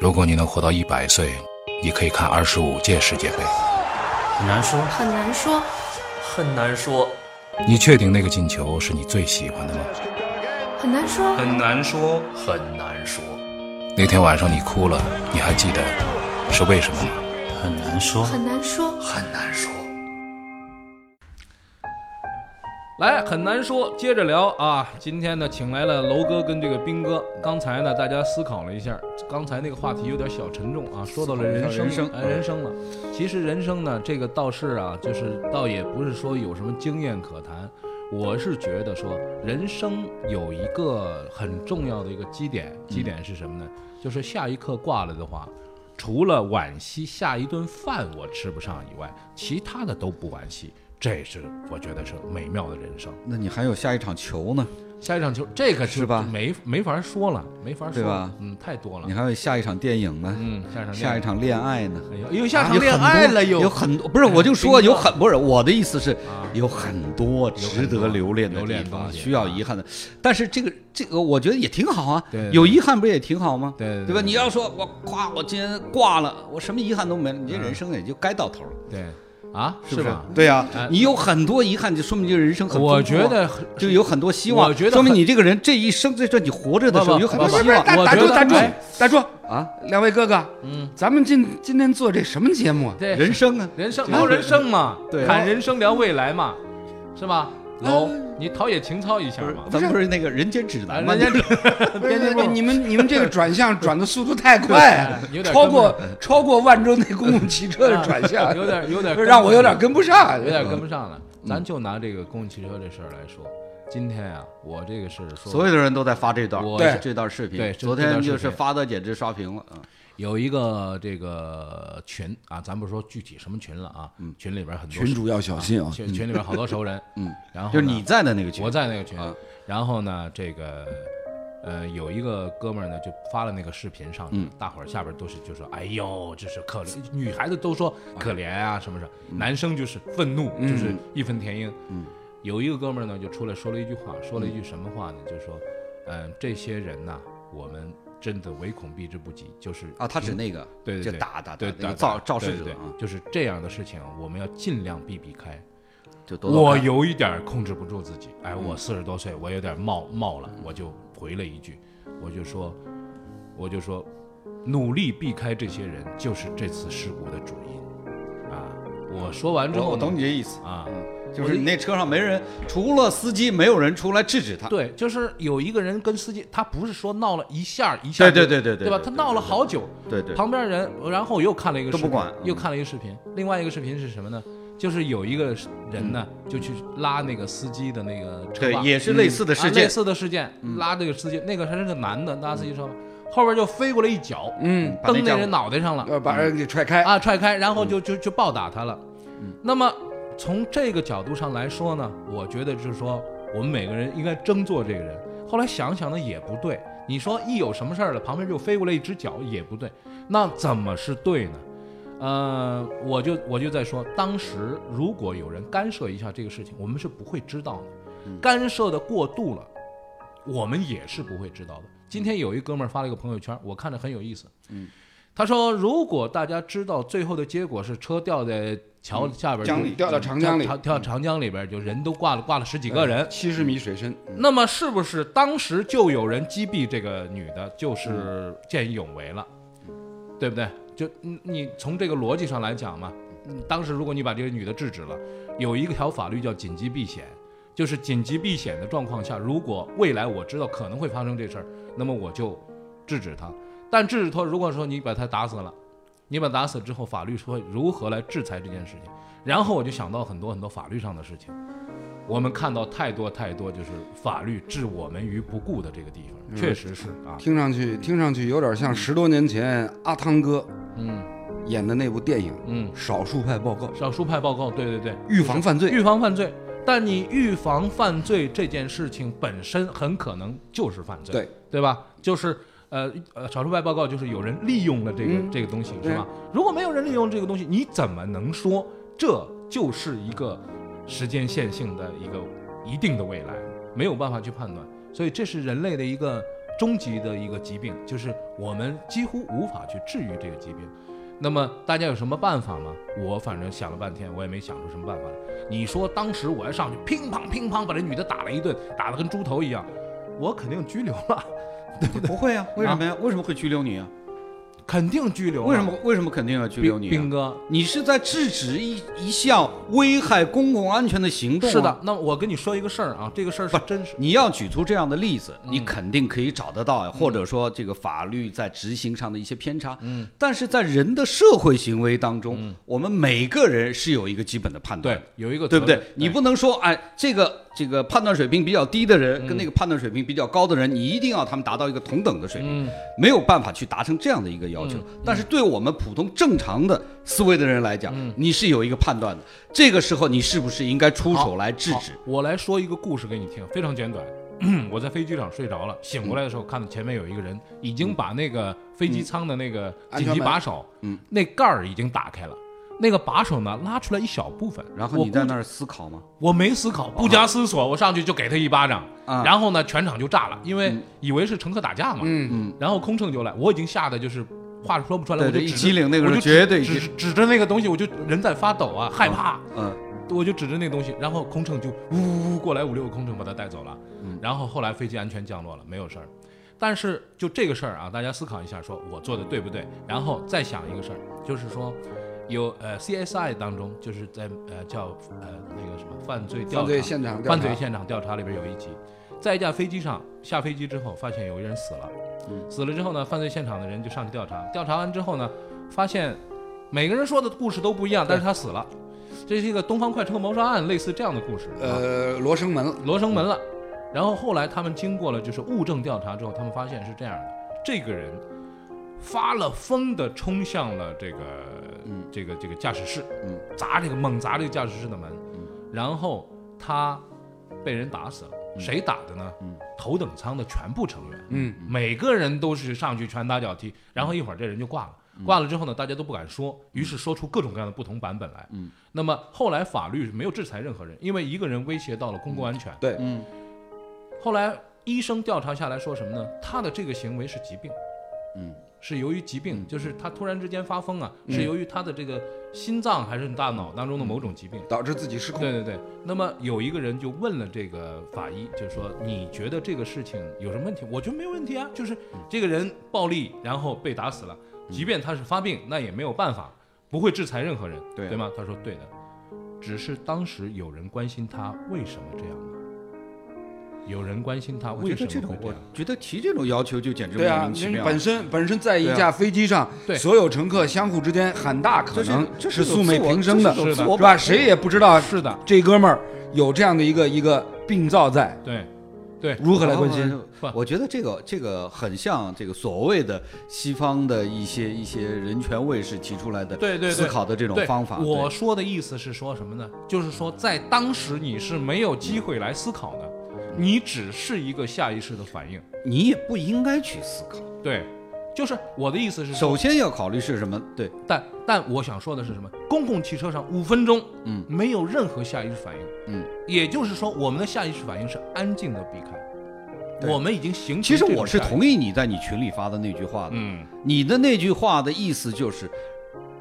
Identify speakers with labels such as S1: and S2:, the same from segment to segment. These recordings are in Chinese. S1: 如果你能活到一百岁，你可以看二十五届世界杯。
S2: 很难说，
S3: 很难说，
S2: 很难说，
S1: 你确定那个进球是你最喜欢的吗？
S3: 很难说，
S2: 很难说，很难说，
S1: 那天晚上你哭了，你还记得是为什么吗？
S4: 很难说，
S3: 很难说。
S2: 很难说。
S5: 来，很难说，接着聊啊。今天呢，请来了楼哥跟这个斌哥。刚才呢，大家思考了一下，刚才那个话题有点小沉重啊，说到了人生，
S6: 人生
S5: 哎，人生了。其实人生呢，这个倒是啊，就是倒也不是说有什么经验可谈。我是觉得说，人生有一个很重要的一个基点，
S6: 嗯
S5: 基点是什么呢？就是下一刻挂了的话，除了惋惜下一顿饭我吃不上以外，其他的都不惋惜。这是我觉得是美妙的人生。
S6: 那你还有下一场球呢，
S5: 下一场球，这个就是
S6: 吧
S5: 没没法说了，没法说
S6: 对吧
S5: 了嗯，太多了
S6: 你。还有下一场电影呢，
S5: 嗯，下一场，
S6: 下一，场恋爱呢。
S5: 哎呦，又下场
S6: 有
S5: 恋
S6: 很多
S5: 爱了又。
S6: 有很多不是，我就说
S5: 冰
S6: 有
S5: 棒
S6: 很不是我的意思是
S5: 啊
S6: 有很多值
S5: 很多
S6: 得留恋的
S5: 留
S6: 地
S5: 恋的
S6: 方，
S5: 东西
S6: 需要遗憾的。但是这个这个我觉得也挺好啊
S5: 对对，对
S6: 有遗憾不是也挺好吗？
S5: 对对对
S6: 吧？
S5: 对
S6: 你要说我夸我今天挂了，我什么遗憾都没了，你这人生也就该到头了，
S5: 对啊，是
S6: 是不是
S5: 吧？？
S6: 对呀
S5: 哎，
S6: 你有很多遗憾，就说明这个人生很丰富啊。
S5: 我觉得
S6: 就有很多希望，
S5: 我觉得
S6: 说明
S5: 很
S6: 你这个人这一生，这这你活着的时
S5: 不
S6: 候
S5: 不
S6: 有很多
S5: 不不
S6: 希
S5: 不
S6: 望
S5: 我
S7: 大打
S5: 觉
S7: 住
S5: 得
S7: 打住
S5: 哎
S7: 打住！
S6: 啊，
S7: 两位哥哥，
S5: 嗯，
S7: 咱们今今天做这什么节目啊？
S5: 这
S6: 人生啊。
S5: 人生聊人生嘛，
S6: 对
S5: 谈人生聊未来嘛，是吧？老，你陶冶情操一下
S6: 不是
S5: 嘛，。
S6: 咱们不是那个人间指
S5: 哎
S6: 南吗？
S5: 人家
S7: 不是不是你们你们这个转向转的速度太快
S5: 有，点
S7: 超过超过万州内公共汽车的转向，
S5: 有点有点
S7: 不是 让我有点跟不上，
S5: 有点
S6: 哎
S5: 跟不上了。
S6: 嗯
S5: 咱就拿这个公共汽车这事儿来说，今天啊，我这个是说
S6: 所有的人都在发这段，
S5: 我
S7: 对
S6: 这段视频，
S5: 对这
S6: 昨
S5: 这段
S6: 天
S5: 视频
S6: 就是发的简直刷屏了，嗯
S5: 有一个这个群啊，咱不说具体什么群了啊，群里边很多
S7: 群主要小心啊
S5: 群群里边好多熟人，
S6: 嗯，
S5: 然后
S6: 就是
S5: 呢
S6: 你在的那个群，
S5: 我在那个群
S6: 啊，
S5: 然后呢，这个呃有一个哥们儿呢就发了那个视频上去，
S6: 嗯
S5: 大伙儿下边都是就说，哎呦，这是可怜，女孩子都说可怜啊什么什么，
S6: 嗯
S5: 男生就是愤怒，就是义愤填膺。嗯，有一个哥们儿呢就出来说了一句话，说了一句什么话呢？就说，嗯，这些人呐，我们真的唯恐避之不及，就是
S6: 啊，他指那个，
S5: 对对
S6: 就
S5: 对，
S6: 打打
S5: 对
S6: 那
S5: 打
S6: 个肇肇
S5: 对
S6: 事
S5: 对
S6: 者
S5: 对
S6: 啊，
S5: 就是这样的事情，我们要尽量避避开。
S6: 就多多
S5: 我
S6: 看
S5: 有一点儿控制不住自己，哎，我四十多岁，我有点儿冒冒了，我就回了一句，我就说，我就说，努力避开这些人，就是这次事故的主因，啊，我说完之
S6: 我
S5: 后
S6: 我
S5: 呢，
S6: 懂你这意思，
S5: 啊，
S6: 就是你那车上没人，除了司机，没有人出来制止他，
S5: 对，就是有一个人跟司机，他不是说闹了一下儿一下儿就，
S6: 对对对对对
S5: 对吧？
S6: 对
S5: 他
S6: 对
S5: 闹了好久，
S6: 对对
S5: 旁边人，然后我又看了一个
S6: 都
S5: 视
S6: 不
S5: 频，
S6: 管
S5: 又
S6: 嗯
S5: 看了一个视频。另外一个视频是什么呢？就是有一个人呢，就去拉那个司机的那个车
S6: 嗯对
S5: 把，
S6: 也是类似的嗯事
S5: 啊类
S6: 件，
S5: 似的事件，拉这个司机，那个还是个男的，拉司机车嘛，后边就飞过来一脚，
S7: 嗯，
S6: 把
S5: 蹬
S6: 那
S5: 那
S6: 家呃伙
S5: 人脑袋上了，
S7: 呃要把人给踹开，
S5: 啊，踹开，然后就就就暴打他了。那么从这个角度上来说呢，我觉得就是说，我们每个人应该争做这个人。后来想想呢，也不对。你说一有什么事儿了，旁边就飞过来一只脚，也不对。那怎么是对呢？呃，我就我就在说，当时如果有人干涉一下这个事情，我们是不会知道的。
S7: 嗯
S5: 干涉的过度了，我们也是不会知道的。今天有一哥们儿发了一个朋友圈，我看着很有意思。
S7: 嗯
S5: 他说，如果大家知道最后的结果是车掉在桥下边儿，
S7: 嗯江里掉到长江里
S5: 跳跳长江里边儿，就人都挂了，挂了十几个人。
S7: 七十米水深，
S5: 嗯
S7: 嗯
S5: 那么是不是当时就有人击毙这个女的，就是见义勇为了，对不对？就你你从这个逻辑上来讲嘛，嗯当时如果你把这个女的制止了，有一条法律叫紧急避险，就是紧急避险的状况下，如果未来我知道可能会发生这事儿，那么我就制止他。但制止他，如果说你把他打死了，你把他打死之后，法律说如何来制裁这件事情，然后我就想到很多很多法律上的事情。我们看到太多太多，就是法律置我们于不顾的这个地方，确实是啊，
S7: 听上去听上去有点像十多年前阿汤哥
S5: 嗯
S7: 演的那部电影
S5: 嗯，
S7: 《少数派报告》，
S5: 少数派报告，对对对，
S7: 预防犯罪。
S5: 预防犯罪，但你预防犯罪这件事情本身很可能就是犯罪，
S7: 对
S5: 对吧？就是呃呃，少数派报告就是有人利用了这个、这个东西，是吧？如果没有人利用这个东西，你怎么能说这就是一个时间线性的一个一定的未来？没有办法去判断，所以这是人类的一个终极的一个疾病，就是我们几乎无法去治愈这个疾病。那么大家有什么办法吗？我反正想了半天，我也没想出什么办法来。你说当时我要上去乒乓乒乓把这女的打了一顿，打得跟猪头一样，我肯定拘留了，
S6: 不会啊，为什么呀？为什么会拘留你啊？
S5: 肯定拘留了。啊
S6: 为什么为什么肯定要拘留你、啊？
S5: 兵哥，
S6: 你是在制止一一项危害公共安全的行动、啊
S5: 是的，，那我跟你说一个事儿啊，这个事儿是真实。
S6: 你要举出这样的例子，你肯定可以找得到呀，或者说这个法律在执行上的一些偏差。嗯，但是在人的社会行为当中，我们每个人是有一个基本的判断
S5: 对
S6: 的，，
S5: 有一个
S6: 对不啊对
S5: 责任？
S6: 你不能说，哎，这个这个判断水平比较低的人跟那个判断水平比较高的人，你一定要他们达到一个同等的水平，没有办法去达成这样的一个要求。但是对我们普通正常的思维的人来讲，你是有一个判断的。这个时候，你是不是应该出手来制
S5: 好
S6: 止？
S5: 我来说一个故事给你听，非常简短。我在飞机上睡着了，醒过来的时候看到前面有一个人已经把那个飞机舱的那个
S7: 安
S5: 紧
S7: 全
S5: 急
S7: 门
S5: 把手，
S6: 嗯
S5: 那盖儿已经打开了，那个把手呢拉出来一小部分。
S6: 然后你
S5: 我
S6: 在
S5: 估计
S6: 那儿思考吗？
S5: 我没思考，不加思索，我上去就给他一巴掌，
S6: 啊嗯
S5: 然后呢全场就炸了，因为以为是乘客打架嘛，嗯，然后空乘就来，我已经吓得就是话说不出来了，我就
S6: 对对一
S5: 指着
S6: 激灵那个时候
S5: 我就指
S6: 绝对
S5: 指
S6: 激
S5: 指指着那个东西，我就人在发抖啊，害怕，
S6: 嗯，
S5: 我就指着那个东西，然后空乘就呜呜呜过来五六个空乘把他带走了，然后后来飞机安全降落了，没有事儿。但是就这个事儿啊，大家思考一下，说我做的对不对？然后再想一个事儿，就是说有呃 CSI 当中就是在呃叫呃那个什么犯罪调查
S7: 犯罪现场调查
S5: 犯罪现场调查里边有一集，在一架飞机上下飞机之后，发现有一人死了，死了之后呢，犯罪现场的人就上去调查，调查完之后呢，发现每个人说的故事都不一样，但是他死了。这是一个东方快车谋杀案，类似这样的故事，啊
S7: 呃，罗生门了，
S5: 罗生门了。然后后来他们经过了就是物证调查之后，他们发现是这样的：这个人发了疯的冲向了这个、这个这个驾驶室，
S6: 嗯
S5: 砸这个猛砸这个驾驶室的门，然后他被人打死了。谁打的呢？头等舱的全部成员，
S7: 嗯，
S5: 每个人都是上去拳打脚踢，然后一会儿这人就挂了。挂了之后呢，大家都不敢说，于是说出各种各样的不同版本来。嗯，那么后来法律是没有制裁任何人，因为一个人威胁到了公共安全。
S7: 对，
S5: 后来医生调查下来说什么呢？他的这个行为是疾病，
S6: 嗯，
S5: 是由于疾病，就是他突然之间发疯啊，是由于他的这个心脏还是大脑当中的某种疾病。
S7: 导致自己失控。
S5: 对对对，那么有一个人就问了这个法医，就说你觉得这个事情有什么问题？我觉得没有问题啊，就是这个人暴力，然后被打死了，
S6: 嗯
S5: 即便他是发病，那也没有办法，不会制裁任何人，
S6: 对啊
S5: 对吗？他说对的，只是当时有人关心他为什么这样啊，有人关心他为什么会这
S6: 我
S5: 样。
S6: 觉得提这种要求就简直
S7: 对
S6: 莫
S7: 啊
S6: 名，其
S7: 因为
S6: 妙。
S7: 本身本身在一
S6: 对啊
S7: 架飞机上
S5: 对，
S7: 所有乘客相互之间很大可能
S6: 这是这是一种
S7: 素昧
S6: 自我
S7: 平生的，
S6: 这是一种自
S7: 是
S6: 我
S7: 吧？谁也不知道
S5: 是的
S7: 这哥们儿有这样的一个一个病灶在，
S5: 对，对，
S7: 如何来关心？
S5: 不
S6: 我觉得这个这个很像这个所谓的西方的一些一些人权卫士提出来的
S5: 对对对
S6: 思考的这种
S5: 对
S6: 方法。
S5: 我说的意思是说什么呢？就是说，在当时你是没有机会来思考的，你只是一个下意识的反应。
S6: 对你也不应该去思考，
S5: 对，就是我的意思是说，
S6: 首先要考虑是什么。对，
S5: 但但我想说的是什么？公共汽车上五分钟，
S6: 嗯，
S5: 没有任何下意识反应，
S6: 嗯，
S5: 也就是说，我们的下意识反应是安静的避开，
S6: 对
S5: 我们已经形成。
S6: 其实我是同
S5: 意，
S6: 意你在你群里发的那句话的。
S5: 嗯，
S6: 你的那句话的意思就是，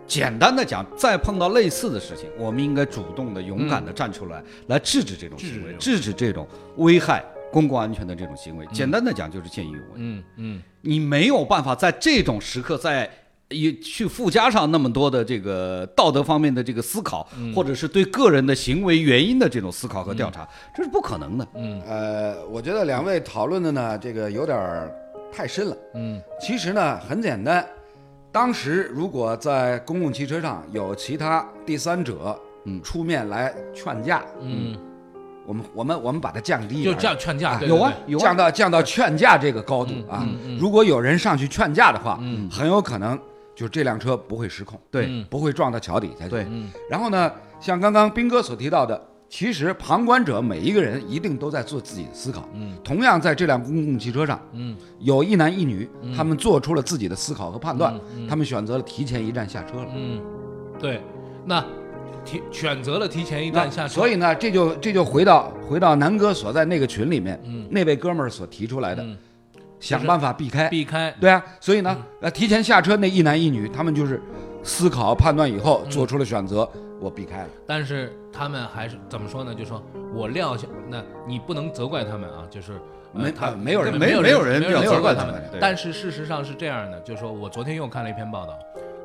S6: 简单的讲，再碰到类似的事情，我们应该主动的、勇敢的站出来，来制止这种行为，嗯制止这种嗯危害公共安全的这种行为。简单的讲，就是见义勇为。
S5: 嗯嗯，
S6: 你没有办法在这种时刻在。也去附加上那么多的这个道德方面的这个思考，
S5: 嗯
S6: 或者是对个人的行为原因的这种思考和调查，这是不可能的。
S5: 嗯
S7: 呃，我觉得两位讨论的呢，这个有点儿太深了。
S5: 嗯，
S7: 其实呢很简单，当时如果在公共汽车上有其他第三者，
S6: 嗯
S7: 出面来劝架，嗯，我们我们我们把它降低
S5: 嗯
S7: 一
S5: 就
S7: 点，
S5: 这样劝架，对
S6: 有啊，，有啊
S7: 降，到降到劝架这个高度啊。如果有人上去劝架的话，很有可能就是这辆车不会失控，
S6: 对
S5: 嗯
S7: 不会撞到桥底下去。
S6: 对，
S7: 然后呢，像刚刚斌哥所提到的，其实旁观者每一个人一定都在做自己的思考。嗯，同样在这辆公共汽车上，嗯，有一男一女，他们做出了自己的思考和判断，他们选择了提前一站下车了。
S5: 嗯，对，那提选择了提前一站下车，
S7: 所以呢，这就这就回到回到南哥所在那个群里面，那位哥们儿所提出来的，想办法避开。
S5: 避开，
S7: 对啊，所以
S5: 嗯
S7: 呢，呃，提前下车那一男一女，他们就是思考判断以
S5: 嗯
S7: 后做出了选择，我避开了。
S5: 但是他们还是怎么说呢？就说我料想，那你不能责怪他们啊，就是呃
S7: 没
S5: 他
S7: 呃没有人
S5: 没
S6: 没有人
S5: 没有
S6: 要
S5: 责
S6: 责怪
S5: 他
S6: 他们对
S5: 但是事实上是这样的，就是说我昨天又看了一篇报道，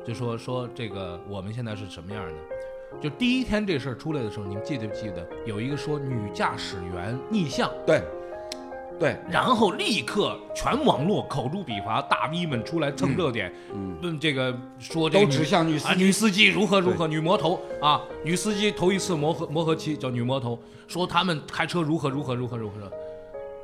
S5: 就说说这个我们现在是什么样的？就第一天这事儿出来的时候，你们记得不记得有一个说女驾驶员逆向，
S7: 对，对，
S5: 然后立刻全网络口诛笔伐，大 V 们出来蹭热点，嗯，这个说这个
S7: 都指向女司
S5: 啊，女司机如何如何，女魔头啊，女司机头一次磨合磨合期叫女魔头，说他们开车如何如何如何如何。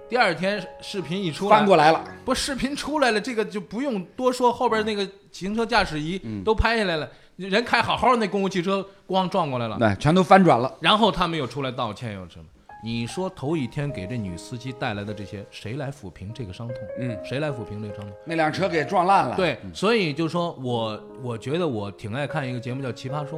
S5: 第二天视频一出来，
S7: 翻过来了。
S5: 不，视频出来了，这个就不用多说，后边那
S7: 嗯
S5: 个行车驾驶仪都拍下来了，人开好好的那公共汽车咣撞过来了，
S7: 对，全都翻转了。
S5: 然后他们又出来道歉，又什么？你说头一天给这女司机带来的这些，谁来抚平这个伤痛？嗯，谁来抚平这个伤痛？
S7: 那辆车给撞烂了。，
S5: 对，所以就说我，我觉得我挺爱看一个节目叫《奇葩说》，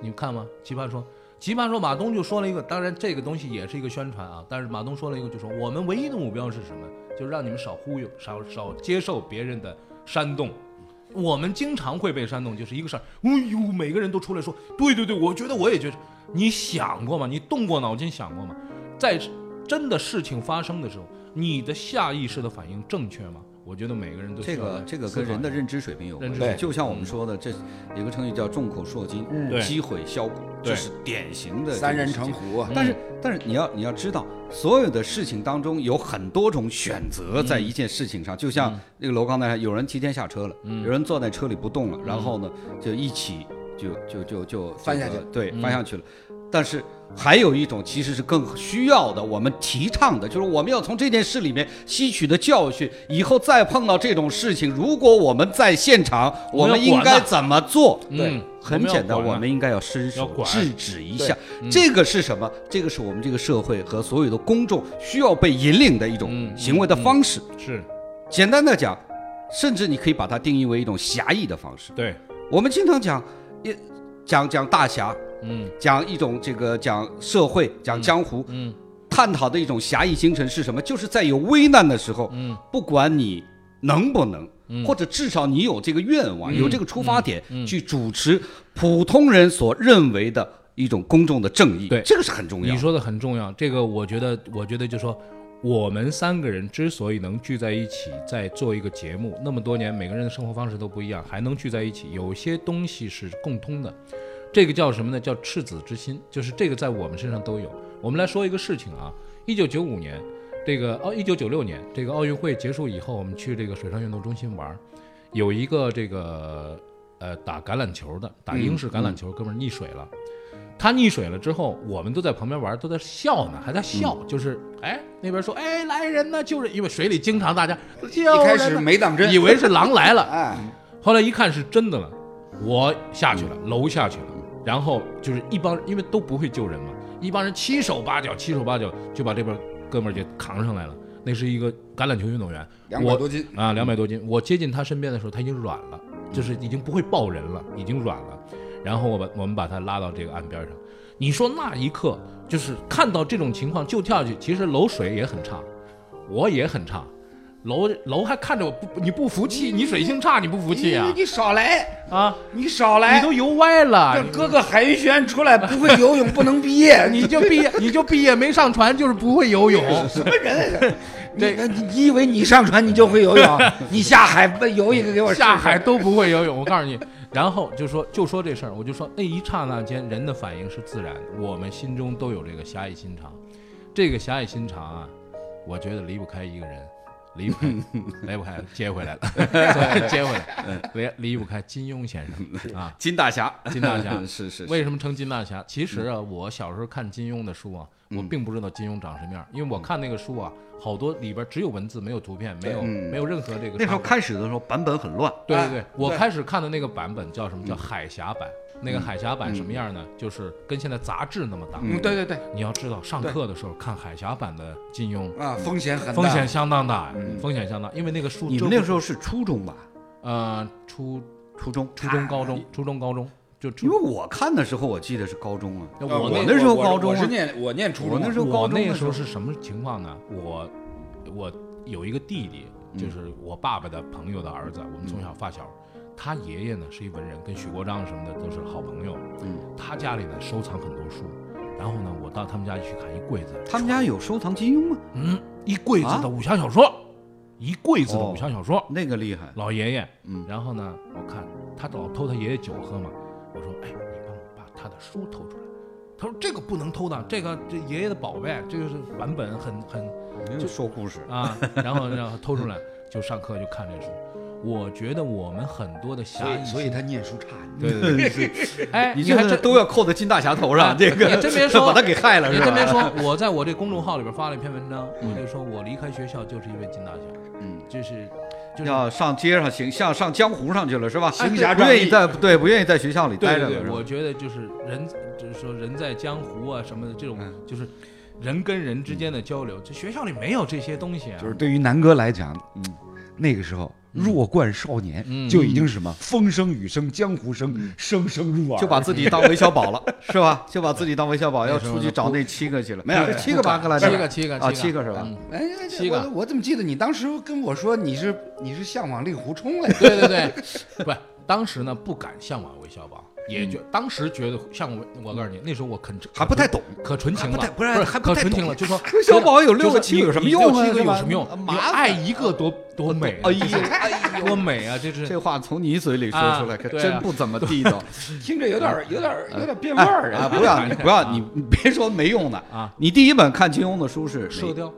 S5: 你们看吗？《奇葩说》，《奇葩说》，马东就说了一个，当然这个东西也是一个宣传啊，但是马东说了一个，就说我们唯一的目标是什么？就是让你们少忽悠，少少接受别人的煽动。我们经常会被煽动，就是一个事儿。哎呦，每个人都出来说，对对对，我觉得我也觉得。你想过吗？你动过脑筋想过吗？在真的事情发生的时候，你的下意识的反应正确吗？我觉得每个人都需
S6: 这
S5: 要
S6: 个
S5: 来
S6: 这个
S5: 思
S6: 跟
S5: 考
S6: 人
S5: 一
S6: 的
S5: 下
S6: 认知水平有关
S5: 认
S6: 系
S5: 知水，
S7: 平
S6: 就像我们说的，这有个成语叫众口铄金
S5: 对，
S6: 积毁销骨，
S5: 对
S6: 这是典型的
S7: 三人
S6: 这个事
S7: 成
S6: 情
S7: 虎。
S6: 啊
S5: 嗯
S6: 但是但是你要你要知道，所有的事情当中有很多种选择，在一件事情
S5: 嗯
S6: 上，就像那个楼刚才，有人提前下车了，有人坐在车里不动了，
S5: 嗯
S6: 然后呢就一起就就就就
S7: 翻下去
S6: 这个对，
S5: 嗯
S6: 翻下去了。但是还有一种其实是更需要的，我们提倡的就是我们要从这件事里面吸取的教训，以后再碰到这种事情，如果我们在现场，
S5: 我
S6: 我
S5: 们要
S6: 们应
S5: 管
S6: 该
S5: 呐
S6: 怎么做？
S5: 嗯
S6: 很简单，
S5: 我们要管
S6: 我
S5: 呐
S6: 们应该要伸
S5: 要
S6: 手
S5: 管嗯
S6: 制止一下。这个是什么？这个是我们这个社会和所有的公众需要被引领的一种
S5: 嗯
S6: 行为的方式。
S5: 是
S6: 简单的讲，甚至你可以把它定义为一种侠义的方式。
S5: 对，
S6: 我们经常讲，也讲讲大侠，
S5: 嗯
S6: 讲一种这个讲社会、讲江湖，
S5: 嗯
S6: 探讨的一种侠义精神是什么？就是在有危难的时候，
S5: 嗯，
S6: 不管你能不能，或者至少你有这个愿
S5: 嗯
S6: 望，有这个出发点，去主持普通人所认为的一种公众的正义，
S5: 对
S6: 这个是很重要
S5: 你。说的很重要。这个我觉得，我觉得就说我们三个人之所以能聚在一起，在做一个节目，那么多年每个人的生活方式都不一样，还能聚在一起，有些东西是共通的。这个叫什么呢？叫赤子之心，就是这个在我们身上都有。我们来说一个事情啊，一九九五年，这个哦，一九九六年，这个奥运会结束以后，我们去这个水上运动中心玩儿，有一个这个呃打橄榄球的，打英式橄榄
S7: 嗯
S5: 球，哥们儿溺水了。他溺水了之后，我们都在旁边玩，都在笑呢，还在笑，
S7: 嗯
S5: 就是哎那边说哎来人呢，就是因为水里经常大家救
S7: 一开
S5: 人
S7: 始
S5: 呐
S7: 没当真，
S5: 以为是狼来了，
S7: 哎，
S5: 后来一看是真的了，我下去了，楼下去了，然后就是一帮，因为都不会救人嘛，一帮人七手八脚，七手八脚就把这边哥们儿给扛上来了。那是一个橄榄球运动员，
S7: 两百
S5: 我
S7: 多斤
S5: 啊，两百多斤。我接近他身边的时候，他已经软了，就是已经不会抱人了，已经软了。然后我把我们把他拉到这个岸边上。你说那一刻，就是看到这种情况就跳下去，其实楼水也很差，我也很差。楼楼还看着我不，你不服气，你水性差，你不服气啊
S7: 你？你少来，
S5: 啊，
S7: 你少
S5: 你
S7: 来，
S5: 都游歪了
S7: 这，哥哥海云轩出来不会游泳不能毕业，
S5: 你
S7: 你
S5: 你就毕业，你就毕业没上船， 就是不会游泳。
S7: 什么人啊？你你你以为你上船你就会游泳？ 你下海不游一 个给我试试
S5: 下海都不会游泳，我告诉你。然后就说就说这事儿，我就说那一刹那间人的反应是自然，我们心中都有这个侠义心肠。这个侠义心肠啊，我觉得离不开一个人，离不开，离不开，接回来 了，接回
S6: 嗯
S5: 来，离离不开金庸先生啊。
S6: 金大侠，
S5: 金大侠
S6: 嗯是是嗯
S5: 为什么称金大侠？其实啊，我小时候看金庸的书啊，我并不知道金庸长什么样，因为
S6: 嗯
S5: 我看那个书啊，好多里边只有文字，没有图片，没有没有任何这个插画。
S6: 嗯那时候开始的时候版本很乱，
S5: 对对
S7: 哎
S5: 对，我开始看的那个版本叫什
S6: 嗯
S5: 么？叫海峡版。那个海峡版什么样呢？就是跟现在杂志那么大。
S7: 嗯，对对对，
S5: 你要知道，上课的时候看海峡版的金庸，
S7: 啊，风险很大，
S5: 风险相当大呀，风险相当，因为那个书
S6: 嗯你
S5: 遮
S6: 们
S5: 不
S6: 那时候是初中吧？
S5: 呃初
S6: 初中，哎
S5: 初中、高中、初中、高中就
S6: 因
S5: 初
S6: 为我看的时候，我记得是高中啊。
S5: 我
S7: 啊。
S5: 那
S6: 那时候高中
S7: 我
S6: 啊
S7: 是念我念初中
S6: 我
S7: 啊，
S6: 那时候高
S5: 我
S6: 中
S5: 那
S6: 的
S5: 时
S6: 时
S5: 候
S6: 候
S5: 是什么情况呢？我我有一个弟弟，
S6: 嗯
S5: 就是我爸爸的朋友的儿子，我们从小发小。他爷爷呢是一文人，跟许国璋什么的都是好朋友。嗯，他家里呢收藏很多书，然后呢，我到他们家去看一柜子，
S6: 他们家有收藏金庸吗？
S5: 嗯，一柜子
S6: 啊
S5: 的武侠小说，一柜子的
S6: 哦
S5: 武侠小说。
S6: 那个厉害，
S5: 老爷爷，
S6: 嗯
S5: 然后呢，我看他老偷他爷爷酒喝嘛，我说，哎，你帮我把他的书偷出来。他说这个不能偷的，这个这爷爷的宝贝，这个是版本很很
S6: 就说故事，
S5: 啊， 然后然后偷出来就上课就看这书。我觉得我们很多的
S7: 所
S5: 侠义，
S7: 以哎所以他念书差。
S5: 对 对对， 哎，
S6: 你
S5: 你还
S6: 这
S5: 真
S6: 都要扣在金大侠头上，这个
S5: 你真别说
S6: 把他给害了
S5: 你
S6: 是
S5: 真别
S6: 吧？
S5: 说，我在我这公众号里边发了一篇文章，我就说我离开学校就是因为金大侠，
S6: 嗯，
S5: 就是就是
S6: 要上街上行，像上江湖上去了是吧？
S7: 行侠
S6: 不
S7: 仗义
S6: 愿意在对不愿意在学校里待
S5: 哎对
S6: 着
S5: 对
S6: 了是
S5: 对，
S6: 吧
S5: 我觉得就是人，就是说人在江湖啊什么的这种
S6: 嗯，
S5: 就是人跟人之间的交流，这学校里没有这些东西啊。
S7: 就是对于南哥来讲，
S6: 嗯
S7: 那个时候弱冠少年
S5: 嗯
S7: 就已经是什么风声雨声、江湖声，声声入耳。
S6: 就把自己当韦小 宝了，是吧？就把自己当韦小宝，要
S5: 那时候
S6: 出去
S5: 呢
S6: 找
S5: 不
S6: 那七个去了，
S7: 没有
S6: 这
S7: 不
S6: 七个八个来着，
S5: 七个七个
S6: 啊，七个是吧？
S5: 嗯
S7: 哎哎，
S5: 七个
S7: 我我怎么记得你当时跟我说你是你是向往令狐冲来 着？
S5: 对对对， 不，当时呢不敢向往韦小宝，也觉当时觉得向往，我告诉你，那时候我肯
S6: 嗯还不太懂，
S5: 可纯情
S6: 还
S5: 了，
S6: 不太不是还不
S5: 可
S6: 太
S5: 纯
S6: 懂
S5: 情了，就说
S6: 韦小宝有六个
S5: 就说
S6: 七个
S5: 你
S6: 有什
S5: 你
S6: 么用啊
S5: 六七个
S6: 是吧
S5: 有什么用？
S6: 麻
S5: 你
S6: 烦啊
S5: 爱一个多多美啊，
S6: 哎呀
S5: 这是多美啊，这是
S6: 这话从你嘴里说出来，
S5: 啊
S6: 可
S5: 对啊
S6: 真不怎么 地道。
S7: 听着有点儿有点儿有点儿变味儿
S6: 啊！
S7: 啊！
S6: 不要你不要你你 别说没用的
S5: 啊！
S6: 你第一本看金庸的书是哪
S5: 射雕，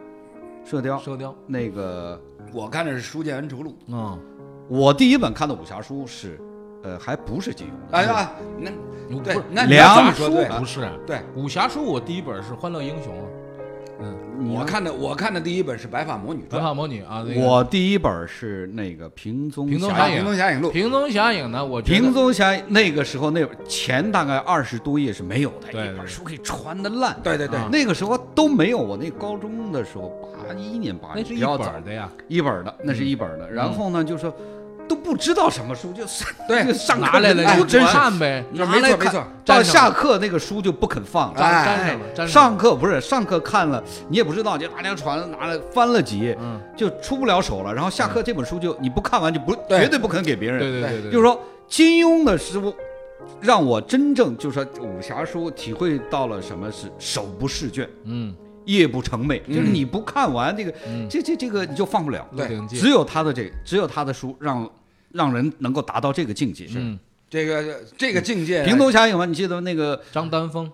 S6: 射雕
S5: 射雕，
S6: 那个，
S7: 我看的是《书剑恩仇录
S5: 嗯，
S6: 我第一本看的武侠书是，呃，还不是金庸》。的，
S7: 哎呀，那
S5: 嗯你不
S7: 对
S5: 是，
S7: 那
S6: 你要这么
S5: 梁
S7: 说
S5: 书
S7: 对
S5: 不是啊
S7: 对，
S5: 武侠书我第一本是《欢乐英雄》，啊
S7: 我看的我看的第一本是《白发魔女
S5: 白
S7: 传》，
S5: 发魔女啊，那个
S6: 我第一本是那个平宗
S5: 平宗侠
S6: 侠影
S5: 影
S7: 平东侠影录》。
S5: 平宗侠影呢，我觉得
S6: 平宗侠那个时候那前大概二十多页是没有的，
S5: 对对
S6: 一本
S5: 对
S6: 书可以传的烂。
S7: 对对对，
S5: 啊
S6: 那个时候都没有，我那高中的时候八一年八
S5: 那是
S6: 比
S5: 一
S6: 较早
S5: 本，的呀，
S6: 一本嗯儿的那是一本儿的。然后呢，就说都不知道什么书，就上
S7: 对
S6: 就上
S5: 拿
S6: 课
S5: 来
S6: 就
S5: 了
S6: 撸
S5: 就
S6: 着看
S5: 看呗，
S7: 就是
S6: 拿
S7: 没
S6: 来
S7: 错
S6: 看
S7: 没错，
S6: 哎到
S5: 粘上
S6: 下
S5: 了
S6: 课那个书就不肯放，
S7: 哎
S5: 粘上了，粘
S6: 上
S5: 上了，
S6: 课啊不是上课看了，你也不知道，就拿来传拿来翻了几页，
S5: 嗯，
S6: 就出不了手了。然后下课这本书就你不看完就不
S7: 对
S6: 绝嗯对不肯给别人。
S5: 对对对对，
S6: 哎就是说金庸的书，让我真正就是说武侠书体会到了什么是手不释卷，
S5: 嗯，
S6: 夜不成寐，就是你不看完这个，
S5: 嗯
S6: 这这这个你就放不了。
S5: 《鹿
S7: 对
S5: 鼎记
S6: 只》有他的这个，只有他的书让让人能够达到这个境界。
S5: 嗯，
S7: 这个这个境界，
S6: 平头侠影嘛，你记得那个
S5: 张丹峰，